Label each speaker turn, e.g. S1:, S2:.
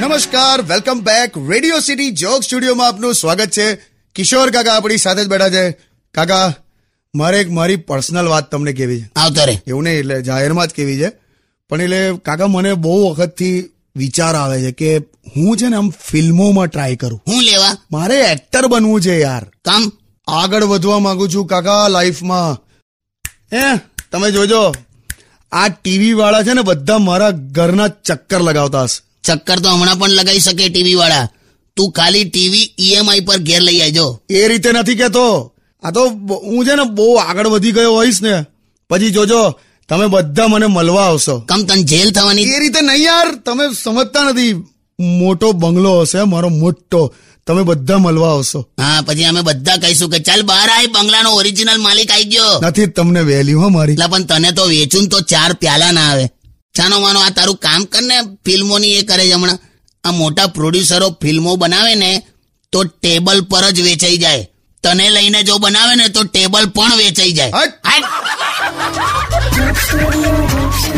S1: નમસ્કાર welcome back Radio City joke સ્ટુડિયોમાં આપનું સ્વાગત છે કિશોર કાકા આપણી સાથે જ બેઠા છે કાકા મારે એક મારી પર્સનલ વાત તમને કેવી છે
S2: આવતો રે
S1: એવું નહીં એટલે જાહેરમાં જ કેવી છે પણ એટલે કાકા મને બહુ વખતથી વિચાર આવે છે કે હું છે ને આમ ફિલ્મોમાં ટ્રાય કરું
S2: હું લેવા
S1: મારે એક્ટર બનવું છે યાર
S2: કામ
S1: આગળ વધવા માંગુ છું કાકા લાઈફમાં હે તમે જોજો આ ટીવી વાળા છે ને બધા મારા ઘરના ચક્કર લગાવતા હશે
S2: ચક્કર તો હમણાં પણ લગાવી શકે ટીવી વાળા તું ખાલી ટીવી ઈએમઆઈ પર ઘેર લઈ આવજો
S1: એ રીતે નથી કેતો આ તો બ- હું છે ને બહુ આગળ વધી ગયો હોઈશ ને પછી જોજો તમે બધા મને મળવા આવશો
S2: કમ તન જેલ થવાની
S1: એ રીતે નહીં યાર તમે સમજતા નથી મોટો બંગલો હશે મારો મોટો તમે બધા મળવા આવશો
S2: હા પછી અમે બધા કહીશું કે ચાલ બહાર આય બંગલાનો ઓરિજિનલ માલિક આવી ગયો
S1: નથી જ તમને વેલ્યુ હો મારી
S2: એટલે પણ તને તો વેચું તો ચાર પ્યાલા ના આવે ચાનો માનો આ તારું કામ કર ને ફિલ્મોની એ કરે છે હમણાં આ મોટા પ્રોડ્યુસરો ફિલ્મો બનાવે ને તો ટેબલ પર જ વેચાઈ જાય તને લઈને જો બનાવે ને તો ટેબલ પણ વેચાઈ જાય
S1: હટ!
S2: હટ!